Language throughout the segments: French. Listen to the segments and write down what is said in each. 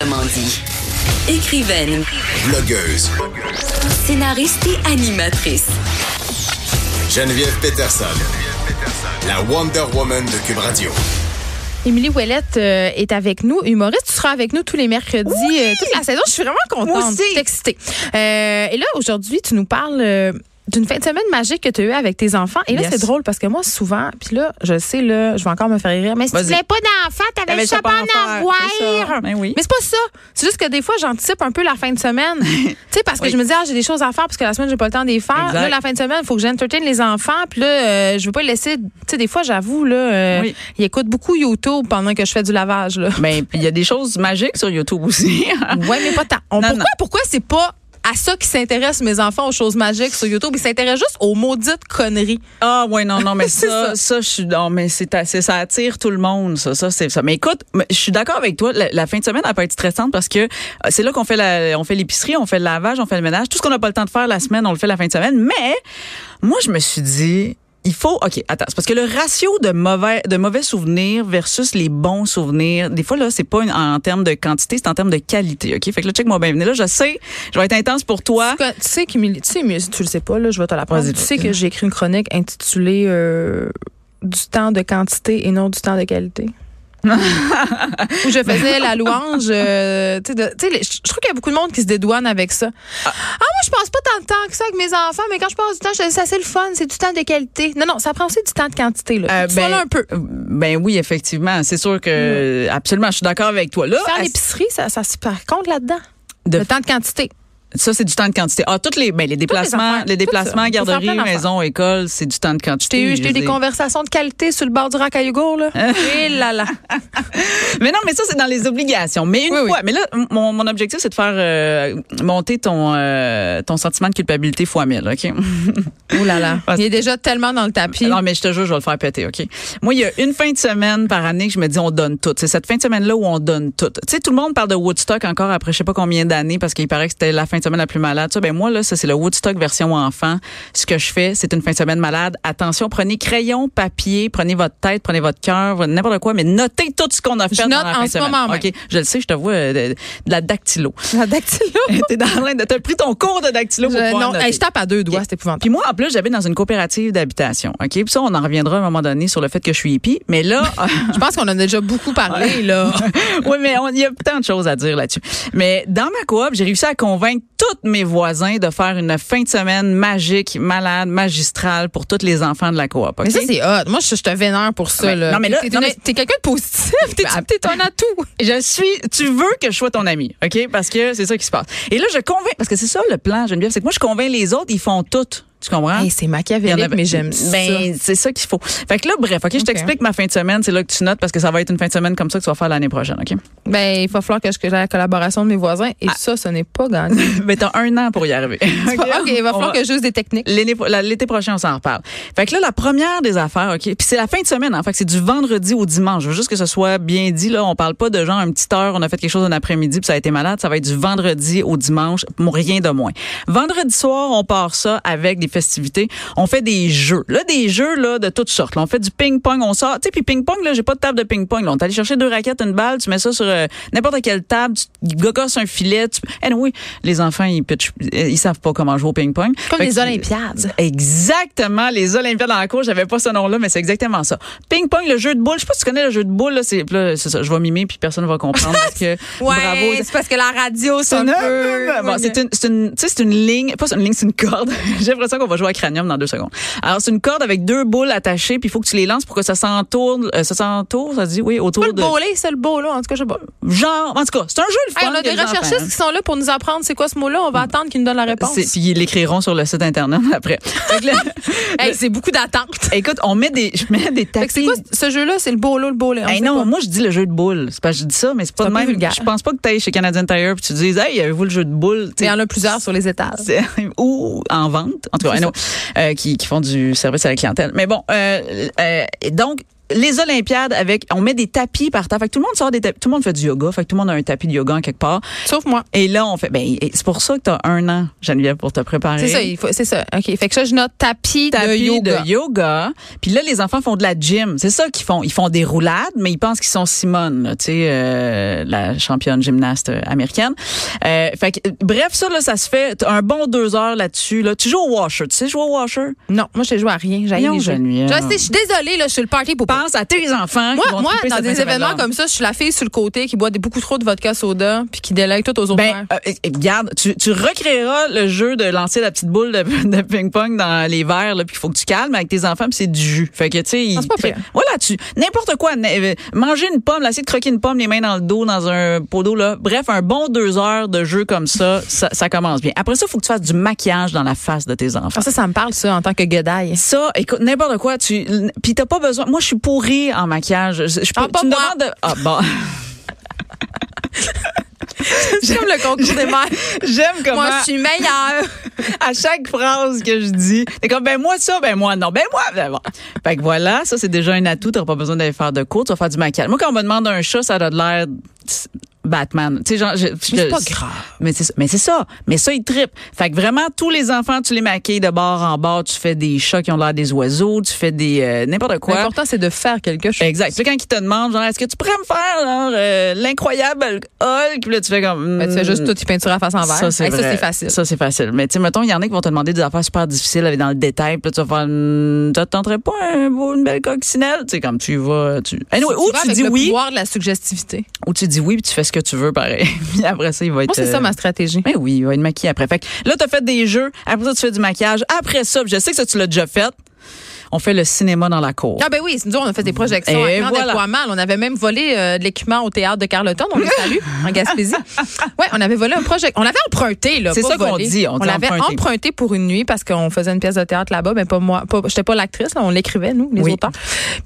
autrement dit. Écrivaine, Blogueuse. scénariste et animatrice. Geneviève Peterson. La Wonder Woman de Cube Radio. Émilie Ouellette euh, est avec nous, humoriste. Tu seras avec nous tous les mercredis, euh, toute la saison. Je suis vraiment contente. Moi aussi. Je suis excitée. Euh, et là, aujourd'hui, tu nous parles euh, d'une fin de semaine magique que tu as eue avec tes enfants. Et là, Yes. c'est drôle parce que moi, souvent, puis là, je sais, là, je vais encore me faire rire, mais si tu Vas-y. n'avais pas d'enfants, tu T'avais avais ça pas pas en en faire. avoir. C'est ça. Ben oui. Mais c'est pas ça. C'est juste que des fois, j'anticipe un peu la fin de semaine. tu sais, parce que Oui. je me dis, ah, j'ai des choses à faire parce que la semaine, j'ai pas le temps d'y faire. Exact. Là, la fin de semaine, il faut que j'entertain les enfants. Puis là, euh, je veux pas les laisser. Tu sais, des fois, j'avoue, là, euh, Oui. ils écoutent beaucoup YouTube pendant que je fais du lavage, là. Mais Ben, puis il y a des choses magiques sur YouTube aussi. Ouais, mais pas tant. On- Non, pourquoi, non. pourquoi c'est pas à ça qui s'intéressent mes enfants aux choses magiques sur YouTube? Ils s'intéressent juste aux maudites conneries. Ah ouais non non mais C'est ça, ça je suis non mais c'est assez- ça attire tout le monde ça ça c'est ça. Mais écoute, mais je suis d'accord avec toi, la, la fin de semaine elle peut être stressante parce que euh, c'est là qu'on fait la on fait l'épicerie, on fait le lavage, on fait le ménage, tout ce qu'on n'a pas le temps de faire la semaine, on le fait la fin de semaine, mais moi je me suis dit il faut OK, attends, c'est parce que le ratio de mauvais de mauvais souvenirs versus les bons souvenirs, des fois là, c'est pas une- en termes de quantité, c'est en termes de qualité, OK Fait que là check moi bien venez là, je sais, je vais être intense pour toi. Tu sais, qu'Émilie- tu sais, mais si tu le sais pas, là, je vais te l'apprendre. Hein? Vas-y, Tu sais vas-y. que j'ai écrit une chronique intitulée euh, Du temps de quantité et non du temps de qualité. Où je faisais la louange. euh, tu sais, de- tu sais, les- je je trouve qu'il y a beaucoup de monde qui se dédouane avec ça. Ah, moi, je passe pas tant de temps que ça avec mes enfants, mais quand je passe du temps, je- c'est assez le fun, c'est du temps de qualité. Non, non, ça prend aussi du temps de quantité. Là. Euh, tu sois là un peu. Ben oui, effectivement. C'est sûr Mm. que absolument, je suis d'accord avec toi. Là, Faire ah, à- l'épicerie, ça, ça se par contre là-dedans. De- le temps de quantité. ça c'est du temps de quantité. Ah, toutes les, ben, les déplacements, affaires, les tout ça. déplacements, Faut faire plein garderie, d'affaires. maison, école, c'est du temps de quantité. J'ai eu, j'ai eu je des dis. conversations de qualité sur le bord du rack à Hugo, là. Euh. Et là là. Mais non, mais ça c'est dans les obligations. Mais une Oui, oui. fois, mais là, m- mon, mon objectif c'est de faire euh, monter ton euh, ton sentiment de culpabilité fois 1000, ok. Ouh là là. Il est déjà tellement dans le tapis. Ah Non, mais je te jure, je vais le faire péter, OK? Moi, il y a une fin de semaine par année que je me dis, on donne tout. C'est cette fin de semaine-là où on donne tout. Tu sais, tout le monde parle de Woodstock encore après je sais pas combien d'années parce qu'il paraît que c'était la fin de semaine la plus malade. Ça, ben moi, là, ça, c'est le Woodstock version enfant. Ce que je fais, c'est une fin de semaine malade. Attention, prenez crayon, papier, prenez votre tête, prenez votre cœur, votre- n'importe quoi, mais notez tout ce qu'on a fait Je dans note la en fin de ce semaine. moment même. OK? Je le sais, je te vois euh, de, de la dactylo. La dactylo. T'es dans l'air de- T'as pris ton cours de dactylo pour Je- pouvoir non, noter. hey, je tape à deux doigts, c'est Puis épouvantable. moi, en plus, j'habite dans une coopérative d'habitation. OK? Puis ça, on en reviendra à un moment donné sur le fait que je suis hippie. Mais là, Je pense qu'on en a déjà beaucoup parlé, là. oui, mais on- il y a tant de choses à dire là-dessus. Mais dans ma coop, j'ai réussi à convaincre tous mes voisins de faire une fin de semaine magique, malade, magistrale pour tous les enfants de la coop. OK? Mais ça, c'est hot. Moi, je, je te vénère pour ça, Mais- là. Ah, ben, non, mais là- T'es, une- non, mais- Bah, hein? t'es quelqu'un de positif. T'es, t'es un atout. Je suis, tu veux que je sois ton ami, OK? Parce que c'est ça qui se passe. Et là, je convainc, parce que c'est ça le plan, Geneviève, c'est que moi, je convainc les autres, ils font tout. Tu comprends? Hey, c'est Il y en machiavélique, avait- mais j'aime ça. Ben, c'est ça qu'il faut. Fait que là, bref, OK, je t'explique ma fin de semaine. C'est là que tu notes parce que ça va être une fin de semaine comme ça que tu vas faire l'année prochaine, OK? Ben, il va falloir que je que j'ai la collaboration de mes voisins. Et Ah. ça, ce n'est pas gagné. Mais t'as un an pour y arriver. OK, il va On falloir va- que j'use des techniques. L'année- la- L'été prochain, on s'en reparle. Fait que là, la première des affaires, OK? Puis c'est la fin de semaine, en fait. que C'est du vendredi au dimanche. Je veux juste que ce soit bien dit, là. On parle pas de genre, une petite heure, on a fait quelque chose un après-midi, puis ça a été malade. Ça va être du vendredi au dimanche, bon, rien de moins. Vendredi soir, on part ça avec des festivités. On fait des jeux. Là, des jeux, là, de toutes sortes. Là, on fait du ping-pong, on sort. Tu sais, puis ping-pong, là, j'ai pas de table de ping-pong. Là, on est allé chercher deux raquettes, une balle, tu mets ça sur euh, n'importe quelle table, tu gogosses un filet. Tu... Anyway, les enfants, ils, pitchent- ils savent pas comment jouer au ping-pong. Comme Fait les que- Olympiades. Exactement, les Olympiades en cours, j'avais pas ce nom-là, mais c'est exactement ça. Ping-pong, le jeu de boules, je sais pas si tu connais le jeu de boules, là, c'est, là, c'est ça, je vais mimer puis personne va comprendre parce que, bravo. c'est parce que la radio, C'est une, bon, c'est une, c'est une, tu sais, c'est une ligne, pas c'est une ligne, c'est une corde. J'ai l'impression qu'on va jouer à cranium dans deux secondes. Alors, c'est une corde avec deux boules attachées, puis il faut que tu les lances pour que ça s'entoure, euh, ça s'entoure, ça se dit, oui, autour pas le de... bolé, c'est le beau, là. En tout cas, je sais pas. Genre, en tout cas, c'est un jeu, le fun. Hey, on a que des les enfants, recherchistes hein. qui sont là pour nous apprendre c'est quoi ce mot-là. On va attendre qu'ils nous donnent la réponse. C'est- Puis ils l'écriront sur le site internet après. Fait que là- Hey, c'est beaucoup d'attente. écoute, on met des, je mets des Fait que c'est tapis quoi ce jeu-là? C'est le bolo, le bolo. Hey, non, moi je dis le jeu de boules. C'est parce que je dis ça, mais c'est pas C'est de un peu même. vulgaire. Je pense pas que tu ailles chez Canadian Tire puis tu dises Hey, avez-vous le jeu de boules? il T'sais, y en a plusieurs sur les étages. c'est- ou en vente, en tout cas, I know, euh, qui, qui font du service à la clientèle. Mais bon, euh, euh, donc, les Olympiades avec on met des tapis par terre. Fait que tout le monde sort des tapis, tout le monde fait du yoga, fait que tout le monde a un tapis de yoga en quelque part. Sauf moi. Et là on fait ben et c'est pour ça que tu as un an Geneviève pour te préparer. C'est ça, il faut, c'est ça. OK, fait que ça je note tapis, de Tapis yoga. de yoga. Puis là, les enfants font de la gym. C'est ça qu'ils font. Ils font des roulades, mais ils pensent qu'ils sont Simone, là, tu sais, euh, la championne gymnaste euh, américaine. Euh, fait que, euh, bref, ça, là, ça se fait. T'as un bon deux heures là-dessus. Là. Tu joues au washer. Tu sais jouer au washer? Non, moi je joue à rien, j'ai Voyons, les jeux. Geneviève. Je sais, je suis désolée là, je suis le party pour Pense à tes enfants. qui Moi, vont moi triper dans cette des fin de événements semaine-là. comme ça, je suis la fille sur le côté qui boit des- beaucoup trop de vodka soda puis qui délègue tout aux autres. Ben, euh, euh, regarde, tu, tu recréeras le jeu de lancer la petite boule de, de ping-pong dans les verres, là, puis il faut que tu calmes avec tes enfants, puis c'est du jus. Fait que, tu sais, Ah, ils- c'est pas pire. voilà, tu, n'importe quoi, n- euh, manger une pomme, là, essayer de croquer une pomme, les mains dans le dos, dans un pot d'eau, là. Bref, un bon deux heures de jeu comme ça, ça, ça commence bien. Après ça, il faut que tu fasses du maquillage dans la face de tes enfants. Ah, ça, ça me parle, ça, en tant que guedaille. Ça, écoute, n'importe quoi, tu, n- puis t'as pas besoin. Moi, je suis pourrie en maquillage. Je, je peux- Ah, pas tu me moi. demandes de- ah, bon. C'est comme le concours des mères. J'aime comment. Moi, je suis meilleure. à chaque phrase que je dis, t'es comme ben moi ça, ben moi non, ben moi, ben bon. Fait que voilà, ça c'est déjà un atout. T'auras pas besoin d'aller faire de cours, tu vas faire du maquillage. Moi quand on me demande un chat, ça a de l'air Batman. Tu sais genre, je- je- c'est pas grave. Mais c'est ça, mais c'est ça. Mais ça ils trippent. Fait que vraiment tous les enfants, tu les maquilles de bord en bord, tu fais des chats qui ont l'air des oiseaux, tu fais des euh, n'importe quoi. L'important, c'est de faire quelque chose. Exact. Puis là, quand ils te demandent, genre, est-ce que tu pourrais me faire genre, euh, l'incroyable Hulk? Puis là, tu fais comme... hmm, Ben, tu fais juste tout, tu peintures à face en verre. Euh, Ça, c'est Ah ben, Hey, vrai. c'est facile. Ça, c'est facile. Mais tu sais, mettons, il y en a qui vont te demander des affaires super difficiles avec dans le détail. Puis là, tu vas faire, Hum, ça te tenterait pas un beau- une belle coccinelle? Tu sais, comme tu y vas. Tu... Anyway, ou vas tu avec dis le oui, pouvoir de la suggestivité. ou tu dis oui, puis tu fais ce que tu veux, pareil. puis après ça, il va être. Moi, c'est ça euh, ma stratégie. ben oui, il va être maquillé après. Fait que là, t'as fait des jeux. Après ça, tu fais du maquillage. Après ça, puis je sais que ça, tu l'as déjà fait. On fait le cinéma dans la cour. Ah ben oui, nous autres, on a fait des projections Et à grand Eh, voilà. déploiement. On avait même volé euh, de l'équipement au théâtre de Carleton, on les salue, en Gaspésie. Ouais, on avait volé un projet. On l'avait emprunté là. C'est pas ça qu'on volé. dit, on dit l'avait emprunté. emprunté. pour une nuit parce qu'on faisait une pièce de théâtre là-bas, mais pas moi. Pas, J'étais pas l'actrice, là, on l'écrivait nous, les Oui. auteurs.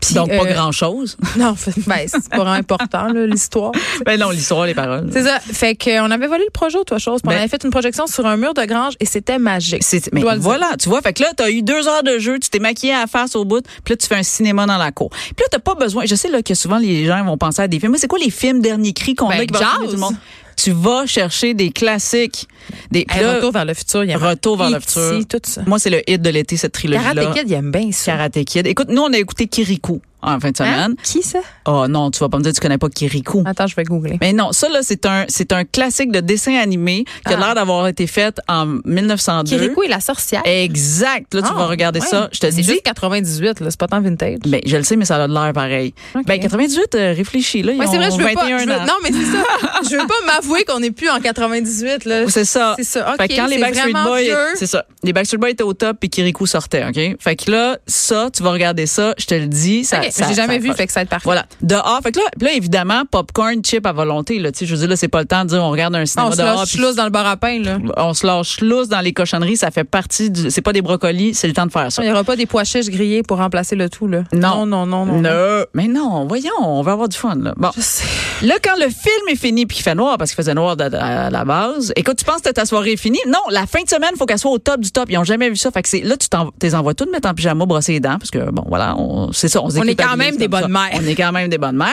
Puis, Donc, pas euh, grand-chose. Non, ben, c'est pas vraiment important là, l'histoire. ben non, l'histoire, les paroles. C'est ça. Fait qu'on avait volé le projet, toi, chose. puis Ben- on avait fait une projection sur un mur de grange et c'était magique. C'est- Je mais dois le dire. voilà, tu vois, fait que là, t'as eu deux heures de jeu, tu t'es maquillé à la face au bout, puis là, tu fais un cinéma dans la cour. Puis là, t'as pas besoin. Je sais là que souvent les gens vont penser à des films. Mais c'est quoi les films dernier cri qu'on Ben, a qui vont Jaws. entraîner tout le monde? Tu vas chercher des classiques, des Hey, puis là, retour vers le futur, il y a Retour vers le E.T., futur. tout ça. Moi, c'est le hit de l'été cette trilogie là. Karate Kid, il aime bien ça. Karate Kid. Écoute, nous on a écouté Kirikou en fin de Hein? Ah. semaine. Qui ça? Oh non, tu vas pas me dire que tu connais pas Kirikou. Attends, je vais googler. Mais non, ça là, c'est un c'est un classique de dessin animé qui a Ah. l'air d'avoir été fait en 1902. Kirikou et la sorcière. Exact. Là, tu Ah, vas regarder ouais. ça. Je te C'est dis. juste 98, là, c'est pas tant vintage. Ben, je le sais, mais ça a de l'air pareil. Ok. Ben, 98, euh, réfléchis, là. Ils Ouais, c'est vrai, ont je veux pas. 21 je veux- ans. non, mais c'est ça. je veux pas m'avouer qu'on n'est plus en 98, là. Oh, C'est ça. C'est ça. OK, fait que quand les c'est Backstreet vraiment Boys, vieux. c'est ça. Les Backstreet Boys étaient au top puis Kirikou sortait, OK? Fait que là, ça, tu vas regarder ça, je te le dis, ça, Ok, ça- J'ai jamais ça vu, accroche. fait que ça va être parfait. Voilà. Dehors, fait que là, puis là évidemment, popcorn, chip à volonté là, tu sais, je veux dire là, c'est pas le temps de dire on regarde un Ah, cinéma On se dehors lâche puis lousse dans le bar à pain, là. on se lâche lousse dans les cochonneries, ça fait partie du c'est pas des brocolis, c'est le temps de faire ça. Il n'y aura pas des pois chiches grillés pour remplacer le tout, là. Non. Non, non, non. non. Non, mais non, voyons, on va avoir du fun là. Bon. Je sais. Là, quand le film est fini puis qu'il fait noir parce qu'il faisait noir de- de- à la base, écoute, tu penses que ta soirée est finie? Non, la fin de semaine, faut qu'elle soit au top du top. Ils ont jamais vu ça. Fait que c'est, là, tu t'en, t'es envoies tout de mettre en pyjama, brosser les dents parce que, bon, voilà, on, c'est ça, on, se On est déculpabilise quand même comme des bonnes ça. mères. On est quand même des bonnes mères.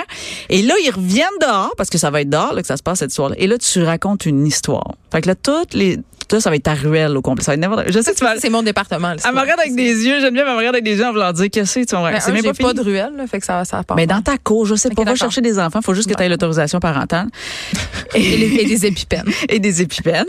Et là, ils reviennent dehors parce que ça va être dehors, là, que ça se passe cette soirée. Et là, tu racontes une histoire. Fait que là, toutes les, tout ça va être ta ruelle au complet. Ça va être n'importe- Je sais que tu vas, C'est mon département, là. elle me regarde avec des yeux, j'aime bien, elle me regarde avec des yeux en voulant dire, qu'est-ce que tu vas me Ben, raconter? un, j'ai pas de ruelle, là, fait que ça, ça part. Mais dans ta cour, je sais Ok, pas, va d'accord. chercher des enfants, faut juste que tu aies l'autorisation parentale et, les- et des épipènes. et des épipènes.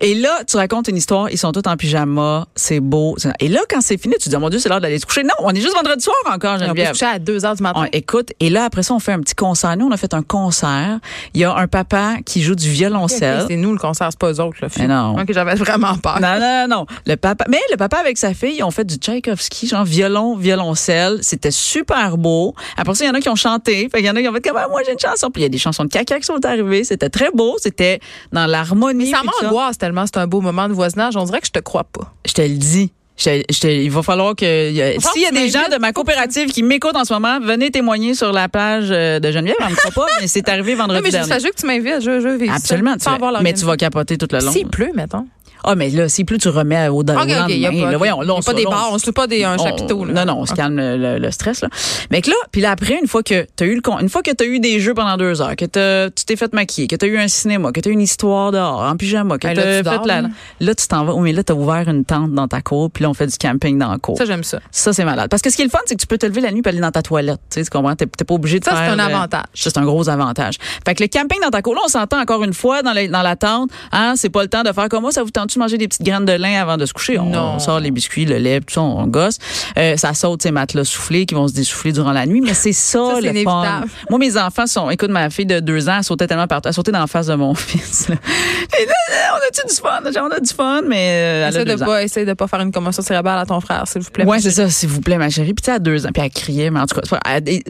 et là, tu racontes une histoire, ils sont tous en pyjama, c'est beau. Et là, quand c'est fini, tu te dis, oh mon Dieu, c'est l'heure d'aller se coucher. Non, on est juste vendredi soir encore, On peut se Geneviève. coucher à 2 h du On matin. écoute, et là, après ça, on fait un petit concert. Nous, on a fait un concert. Il y a un papa qui joue du violoncelle. Ok, C'est nous le concert, c'est pas eux autres, là. Mais non. Ok, j'avais vraiment peur. Non, non, non, non. Le papa, mais le papa avec sa fille, ils ont fait du Tchaïkovski, genre violon, violoncelle. C'était super beau. Après ça, il y en a qui ont chanté. Fait qu'il y en a qui ont fait comme, Ah, moi, j'ai une chanson. Puis il y a des chansons de caca qui sont arrivées. C'était très beau. C'était dans l'harmonie. Ça puis tout m'angoisse tellement, c'est un beau moment de voisinage. On dirait que je te crois pas. Je te le dis. Je- je te- il va falloir que y a- Faut s'il y a que tu des gens m'invites, de ma faut que tu- coopérative qui m'écoutent en ce moment, venez témoigner sur la plage euh, de Geneviève. On ne croit pas, mais c'est arrivé vendredi Non, mais je dernier. veux que tu m'invites, je, je veux vivre ça, Absolument. tu sans vas- avoir mais tu vas capoter tout le long. S'il pleut, mettons. Ah, mais là, c'est plus tu remets au, au OK, lendemain. OK. Il n'y a pas, ok. là, voyons, là, Y a on pas se- des là, on barres, on ne se pas des, un on- chapiteau. là. Ah. Non, non, on se calme le, le- le stress. Là. Mais que là, puis là, après, une fois que tu as eu le con- une fois que tu eu des jeux pendant deux heures, que t'as- tu t'es fait maquiller, que tu as eu un cinéma, que tu as eu une histoire dehors, en pyjama, que Ben, t'as là, tu fait dors, la- là. Là, tu t'en vas. Oui, mais là, tu as ouvert une tente dans ta cour, puis là, on fait du camping dans la cour. Ça, j'aime ça. Ça, c'est malade. Parce que ce qui est le fun, c'est que tu peux te lever la nuit et aller dans ta toilette. Tu sais, tu comprends? T'es t'es pas obligé de Ça, c'est faire, un euh, avantage. Ça, c'est un gros avantage. Fait que le camping dans ta cour, là, on s'entend encore une fois dans, le- dans la tente. Hein, c'est pas le temps de faire comme moi. Ça vous tente de manger des petites graines de lin avant de se coucher? On, Non. on sort les biscuits, le lait, tout ça, on, on gosse. Euh, ça saute ces matelas soufflés qui vont se dessouffler durant la nuit. Mais c'est ça, Ça, c'est le fun. inévitable. Moi, mes enfants sont. Écoute, ma fille de deux ans, elle sautait tellement partout. Elle sautait dans la face de mon fils. là. Et là, là, on a-tu du fun? On a du fun, mais. euh, elle a Essaye de, deux ans. pas, essaye de pas faire une commotion cérébrale à ton frère, s'il vous plaît. Ouais, c'est ça, s'il vous plaît, ma chérie. Puis tu sais, à deux ans, puis elle criait, mais en tout cas, c'est pas- elle est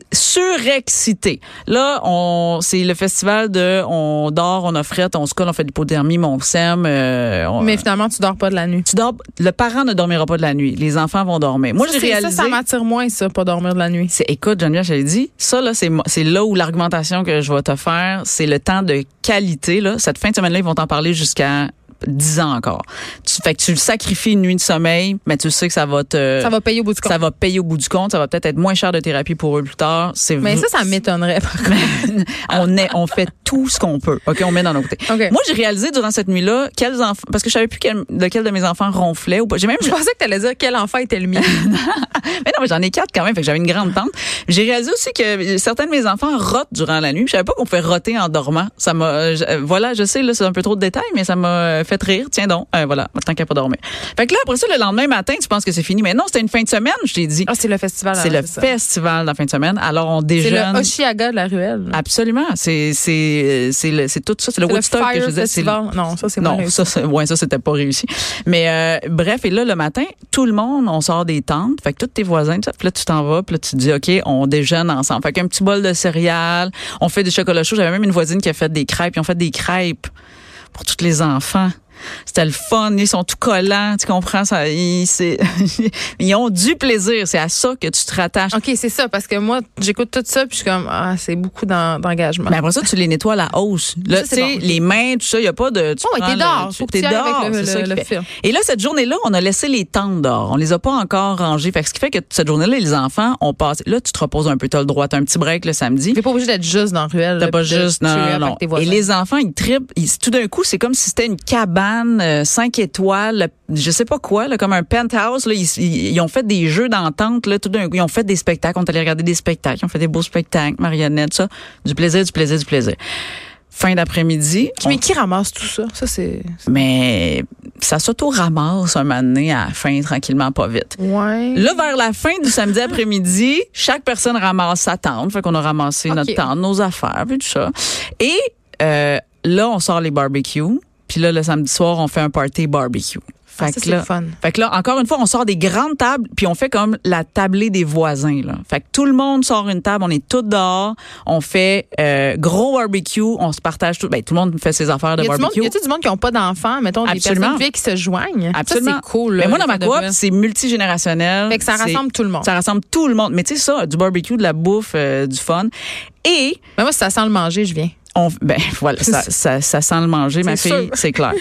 surexcitée. Là, on, c'est le festival de, on dort, on offrette, on se colle, on fait de l'hypodermie, mais on sème. euh, on- Mais finalement, tu dors pas de la nuit. tu dors, le parent ne dormira pas de la nuit. Les enfants vont dormir. Moi, Ça, j'ai c'est- réalisé. Ça, ça m'attire moins, ça, pas dormir de la nuit. c'est, écoute, Geneviève, je l'ai dit, ça, là, c'est, mo- c'est là où l'argumentation que je vais te faire, c'est le temps de qualité, là. Cette fin de semaine-là, ils vont t'en parler jusqu'à 10 ans encore. Tu, fait que tu sacrifies une nuit de sommeil, mais tu sais que ça va te... Ça va payer au bout du compte. Euh, Ça va payer au bout du compte. Ça va peut-être être moins cher de thérapie pour eux plus tard. C'est Mais v- ça, ça m'étonnerait. par contre. on est, on fait tout ce qu'on peut. Ok, on met dans nos côtés. OK. Moi, j'ai réalisé durant cette nuit-là quels enfants, parce que je savais plus quel, lequel de mes enfants ronflait ou pas. J'ai même, Je pensais que t'allais dire quel enfant était le mien. mais non, mais j'en ai quatre quand même. Fait que j'avais une grande tante. J'ai réalisé aussi que certains de mes enfants rotent durant la nuit. Je savais pas qu'on pouvait roter en dormant. Ça m'a, euh, je- euh, voilà, je sais là, c'est un peu trop de détails, mais ça m'a euh, fait rire. Tiens donc, Euh, voilà, tant qu'à pas dormir. Fait que là, après ça, le lendemain matin, tu penses que c'est fini, mais non, c'était une fin de semaine. Je t'ai dit. Ah, c'est le festival. C'est alors, le ça. festival de la fin de semaine. Alors, on C'est déjeune. le Oshiaga de la ruelle. Absolument. C'est, c'est, c'est, le- c'est tout ça. C'est le C'est le Woodstock que je Fire disais. C'est le- Festival. Non, ça, c'est non, moins ça, c'est- ouais, ça, c'était pas réussi. Mais euh, bref, et là, le matin, tout le monde, on sort des tentes. Fait que tous tes voisins, tout ça. Puis là, tu t'en vas, puis là, tu te dis, OK, on déjeune ensemble. Fait qu'un petit bol de céréales, on fait du chocolat chaud. J'avais même une voisine qui a fait des crêpes. Ils ont fait des crêpes pour tous les enfants. C'était le fun, ils sont tout collants, tu comprends ça, ils, c'est- ils ont du plaisir, c'est à ça que tu te rattaches. OK, c'est ça, parce que moi, j'écoute tout ça, puis je suis comme, ah, c'est beaucoup d'en- d'engagement. Mais après ça, tu les nettoies à la hausse. Là, Ça, tu c'est sais, bon, ok. les mains, tout ça, il n'y a pas de. Tu Oh, et prends t'es le- dehors. tu- Faut que t'es tu y ailles avec dehors, le- c'est ça le- qu'il le fait. film. Et là, cette journée-là, on a laissé les tentes dehors. On les a pas encore rangées. Fait que ce qui fait que cette journée-là, les enfants, on passe. Là, tu te reposes un peu. T'as le droit, t'as un petit break le samedi. T'es pas obligé d'être juste dans la ruelle. T'as là, pas puis de juste. Non, tuer non, avec non. tes Et voisins. les enfants, ils trippent. Ils- tout d'un coup, c'est comme si c'était une cabane, euh, cinq étoiles, euh, je sais pas quoi, là, comme un penthouse. Là, ils, ils- ils ont fait des jeux d'entente. Là, tout d'un coup, ils ont fait des spectacles. On est allé regarder des spectacles. Ils ont fait des beaux spectacles, marionnettes, ça. Du plaisir, du plaisir, du plaisir. Fin d'après-midi. on- Mais qui ramasse tout ça? Ça, c'est. Mais ça s'auto-ramasse un moment donné à la fin, tranquillement, pas vite. Ouais. Là, vers la fin du samedi après-midi, chaque personne ramasse sa tente. Fait qu'on a ramassé Ok. notre tente, nos affaires, puis tout ça. Et euh, là, on sort les barbecues. Puis là, le samedi soir, on fait un party barbecue. Fait Ah, ça, que c'est le là, fun. fait que là, encore une fois, on sort des grandes tables, puis on fait comme la tablée des voisins. Là. Fait que tout le monde sort une table, on est tous dehors, on fait euh, gros barbecue, on se partage tout. Ben, tout le monde fait ses affaires Y de a du monde, barbecue. y a-tu du monde qui ont pas d'enfants, mettons des Absolument. personnes vieilles qui se joignent. Absolument. Ça c'est cool. là, Mais moi, les dans ma fêtes de coop, Noël. c'est multigénérationnel. Fait que ça C'est- rassemble tout le monde. Ça rassemble tout le monde. Mais tu sais ça, du barbecue, de la bouffe, euh, du fun. Et Mais Ben, moi, si ça sent le manger, je viens. on, ben voilà, ça, ça, ça sent le manger, ma C'est fille, sûr. c'est clair.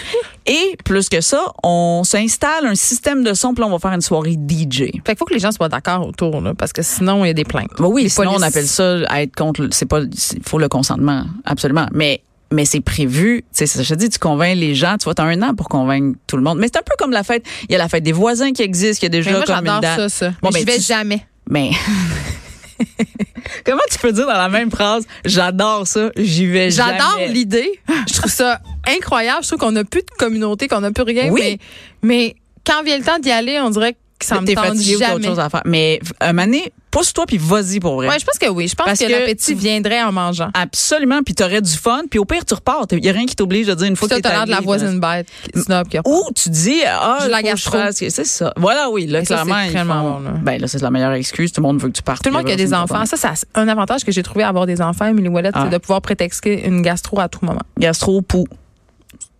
Et plus que ça, on s'installe un système de son, puis là, on va faire une soirée DJ. Fait qu'il faut que les gens soient d'accord autour, là, parce que sinon, il y a des plaintes. Ben oui, Les sinon on polices. appelle ça à être contre. le- C'est pas, il faut le consentement, absolument. Mais mais c'est prévu. Tu sais, ça, je te dis, tu convaincs les gens. Tu vois, t'as un an pour convaincre tout le monde. Mais c'est un peu comme la fête. Il y a la fête des voisins qui existe. Il y a Mais déjà moi, comme une j'adore date. ça, ça. Bon, mais ben, je vais tu- jamais. Mais comment tu peux dire dans la même phrase, j'adore ça, j'y vais J'adore jamais. l'idée. Je trouve ça incroyable. Je trouve qu'on n'a plus de communauté, qu'on n'a plus rien. Oui. Mais, mais quand vient le temps d'y aller, on dirait que ça me T'es tente fatigué ou t'as autre jamais. chose à faire. Mais un moment donné, pousse-toi puis vas-y pour vrai. Ouais, je pense que oui. Je pense Parce que, que l'appétit tu- Ah, viendrait en mangeant. Absolument, puis t'aurais du fun, puis au pire tu repars. Il y a rien qui t'oblige de dire une fois Puis ça, que t'as t'es l'air de la allé, voisine bête, qui- snob, qui a- Ou tu dis ah Je la faut que garde trop. fasse que- c'est ça. Voilà oui, là Et ça, c'est clairement ils vraiment font- bon, là. ben là c'est la meilleure excuse, tout le monde veut que tu partes. Tout le monde qui a des enfants. Ça, c'est un avantage que j'ai trouvé à avoir des enfants, Emily Wallet, Ah. c'est de pouvoir prétexter une gastro à tout moment. Gastro pou.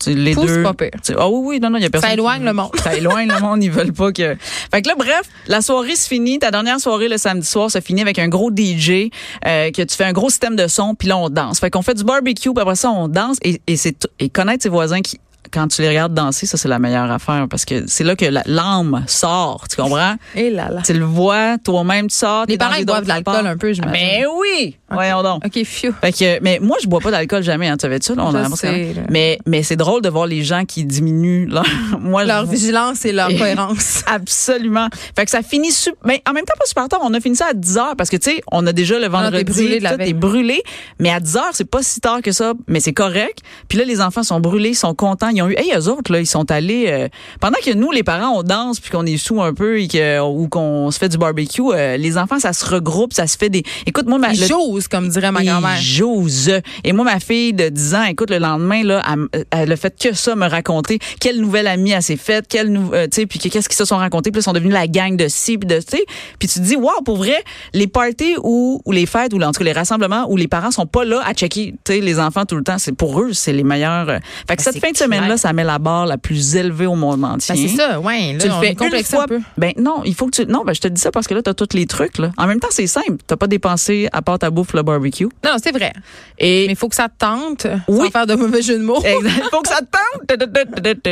Tu- Les Pou, deux. c'est pas pire. Tu- Ah oui oui, non non, il y a personne. Ça qui- éloigne le monde. Ça éloigne le monde, ils veulent pas que. Fait que là, bref, la soirée se finit. Ta dernière soirée le samedi soir se finit avec un gros DJ euh, que tu fais un gros système de son, puis là on danse. Fait qu'on fait du barbecue, puis après ça on danse et, et c'est t- et connaître ses voisins qui quand tu les regardes danser, ça, c'est la meilleure affaire parce que c'est là que la- l'âme sort. Tu comprends? Et là là. Tu le vois, toi-même, tu sors. t'es Les dans parents, ils boivent de d'autres l'alcool rapports. un peu, j'imagine. Mais Ben oui! Voyons donc. OK, fiu. Fait que, mais moi, je bois pas d'alcool jamais, hein, tu savais-tu? là, On Je en a amorcé sais, quand même. là. mais mais c'est drôle de voir les gens qui diminuent leur, moi, je Leur vois- vigilance et leur Et- cohérence. Absolument. Fait que ça finit sup- mais en même temps pas super tard, on a fini ça à 10 heures parce que tu sais, on a déjà le vendredi, Ah, t'es brûlé de la tout veille. est brûlé, mais à 10 heures, c'est pas si tard que ça, mais c'est correct. Puis là les enfants sont brûlés, ils sont contents, ils ont eu hey eux autres là, ils sont allés euh, pendant que nous les parents on danse puis qu'on est sous un peu et que ou qu'on se fait du barbecue, euh, les enfants ça se regroupe, ça se fait des Écoute moi ma, Ils Ah, le- j'ose, comme dirait ma et grand-mère. j'ose. Et moi, ma fille de 10 ans, écoute, le lendemain, là, elle, elle a fait que ça, me raconter quelle nouvelle amie elle s'est faite, quelle nou- euh, tu sais, puis que- qu'est-ce qu'ils se sont racontés, puis là, ils sont devenus la gang de ci, puis de, tu sais. Puis tu te dis, wow, pour vrai, les parties ou, ou les fêtes, ou en tout cas les rassemblements où les parents sont pas là à checker, tu sais, les enfants tout le temps, c'est pour eux, c'est les meilleurs. euh. Fait que cette Ben, c'est fin de semaine-là, clair. ça met la barre la plus élevée au monde entier. Ben, c'est ça, ouais. Là, Hein? Tu le on fais est complexé une fois. un peu. Ben non, il faut que tu. Non, ben je te dis ça parce que là, t'as tous les trucs là. En même temps, c'est simple. T'as pas dépensé à part ta bouffe le barbecue. Non, c'est vrai. Et Mais il faut que ça te tente, Oui. sans faire de mauvais jeu de mots. Exact. faut que ça te tente. Je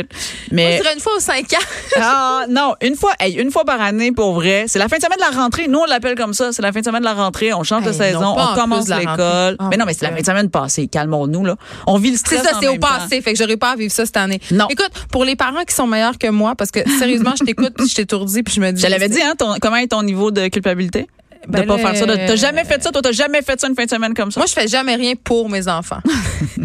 Mais dirais une fois aux cinq ans. ah, non, une fois, hey, une fois par année pour vrai, c'est la fin de semaine de la rentrée. Nous on l'appelle comme ça, c'est la fin de semaine de la rentrée, on change de Hey, saison, non, pas en on commence plus de la l'école. rentrée. mais non, Oh mais my c'est la fin God. de semaine passée, calmons-nous là. On vit le C'est stress ça, en c'est au même temps. passé. Fait que j'aurais pas à vivre ça cette année. Non. Écoute, pour les parents qui sont meilleurs que moi, parce que sérieusement, je t'écoute, puis je t'étourdis, puis je me dis. Je te l'avais dit hein, ton- comment est ton niveau de culpabilité de Ben pas là, faire ça, de- t'as euh, jamais fait ça, toi t'as jamais fait ça une fin de semaine comme ça. Moi, je fais jamais rien pour mes enfants.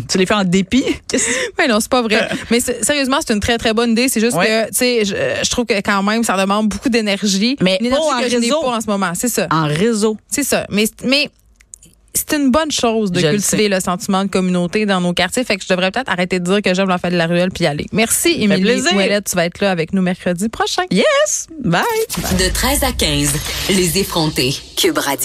tu les fais en dépit. Qu'est-ce que- Mais non, c'est pas vrai. Mais c'est- sérieusement, c'est une très très bonne idée. C'est juste Ouais. que, tu sais, je, je trouve que quand même, ça demande beaucoup d'énergie. Mais une énergie pas en que je n'ai réseau. pas en ce moment. C'est ça. En réseau. C'est ça. Mais, mais c'est une bonne chose de Je le cultiver le, sentiment de communauté dans nos quartiers. Fait que je devrais peut-être arrêter de dire que j'aime l'enfer de la ruelle puis y aller. Merci, Émilie plaisir. Ouellet. Tu vas être là avec nous mercredi prochain. Yes! Bye! De 13 à 15, les effrontés. Cube Radio.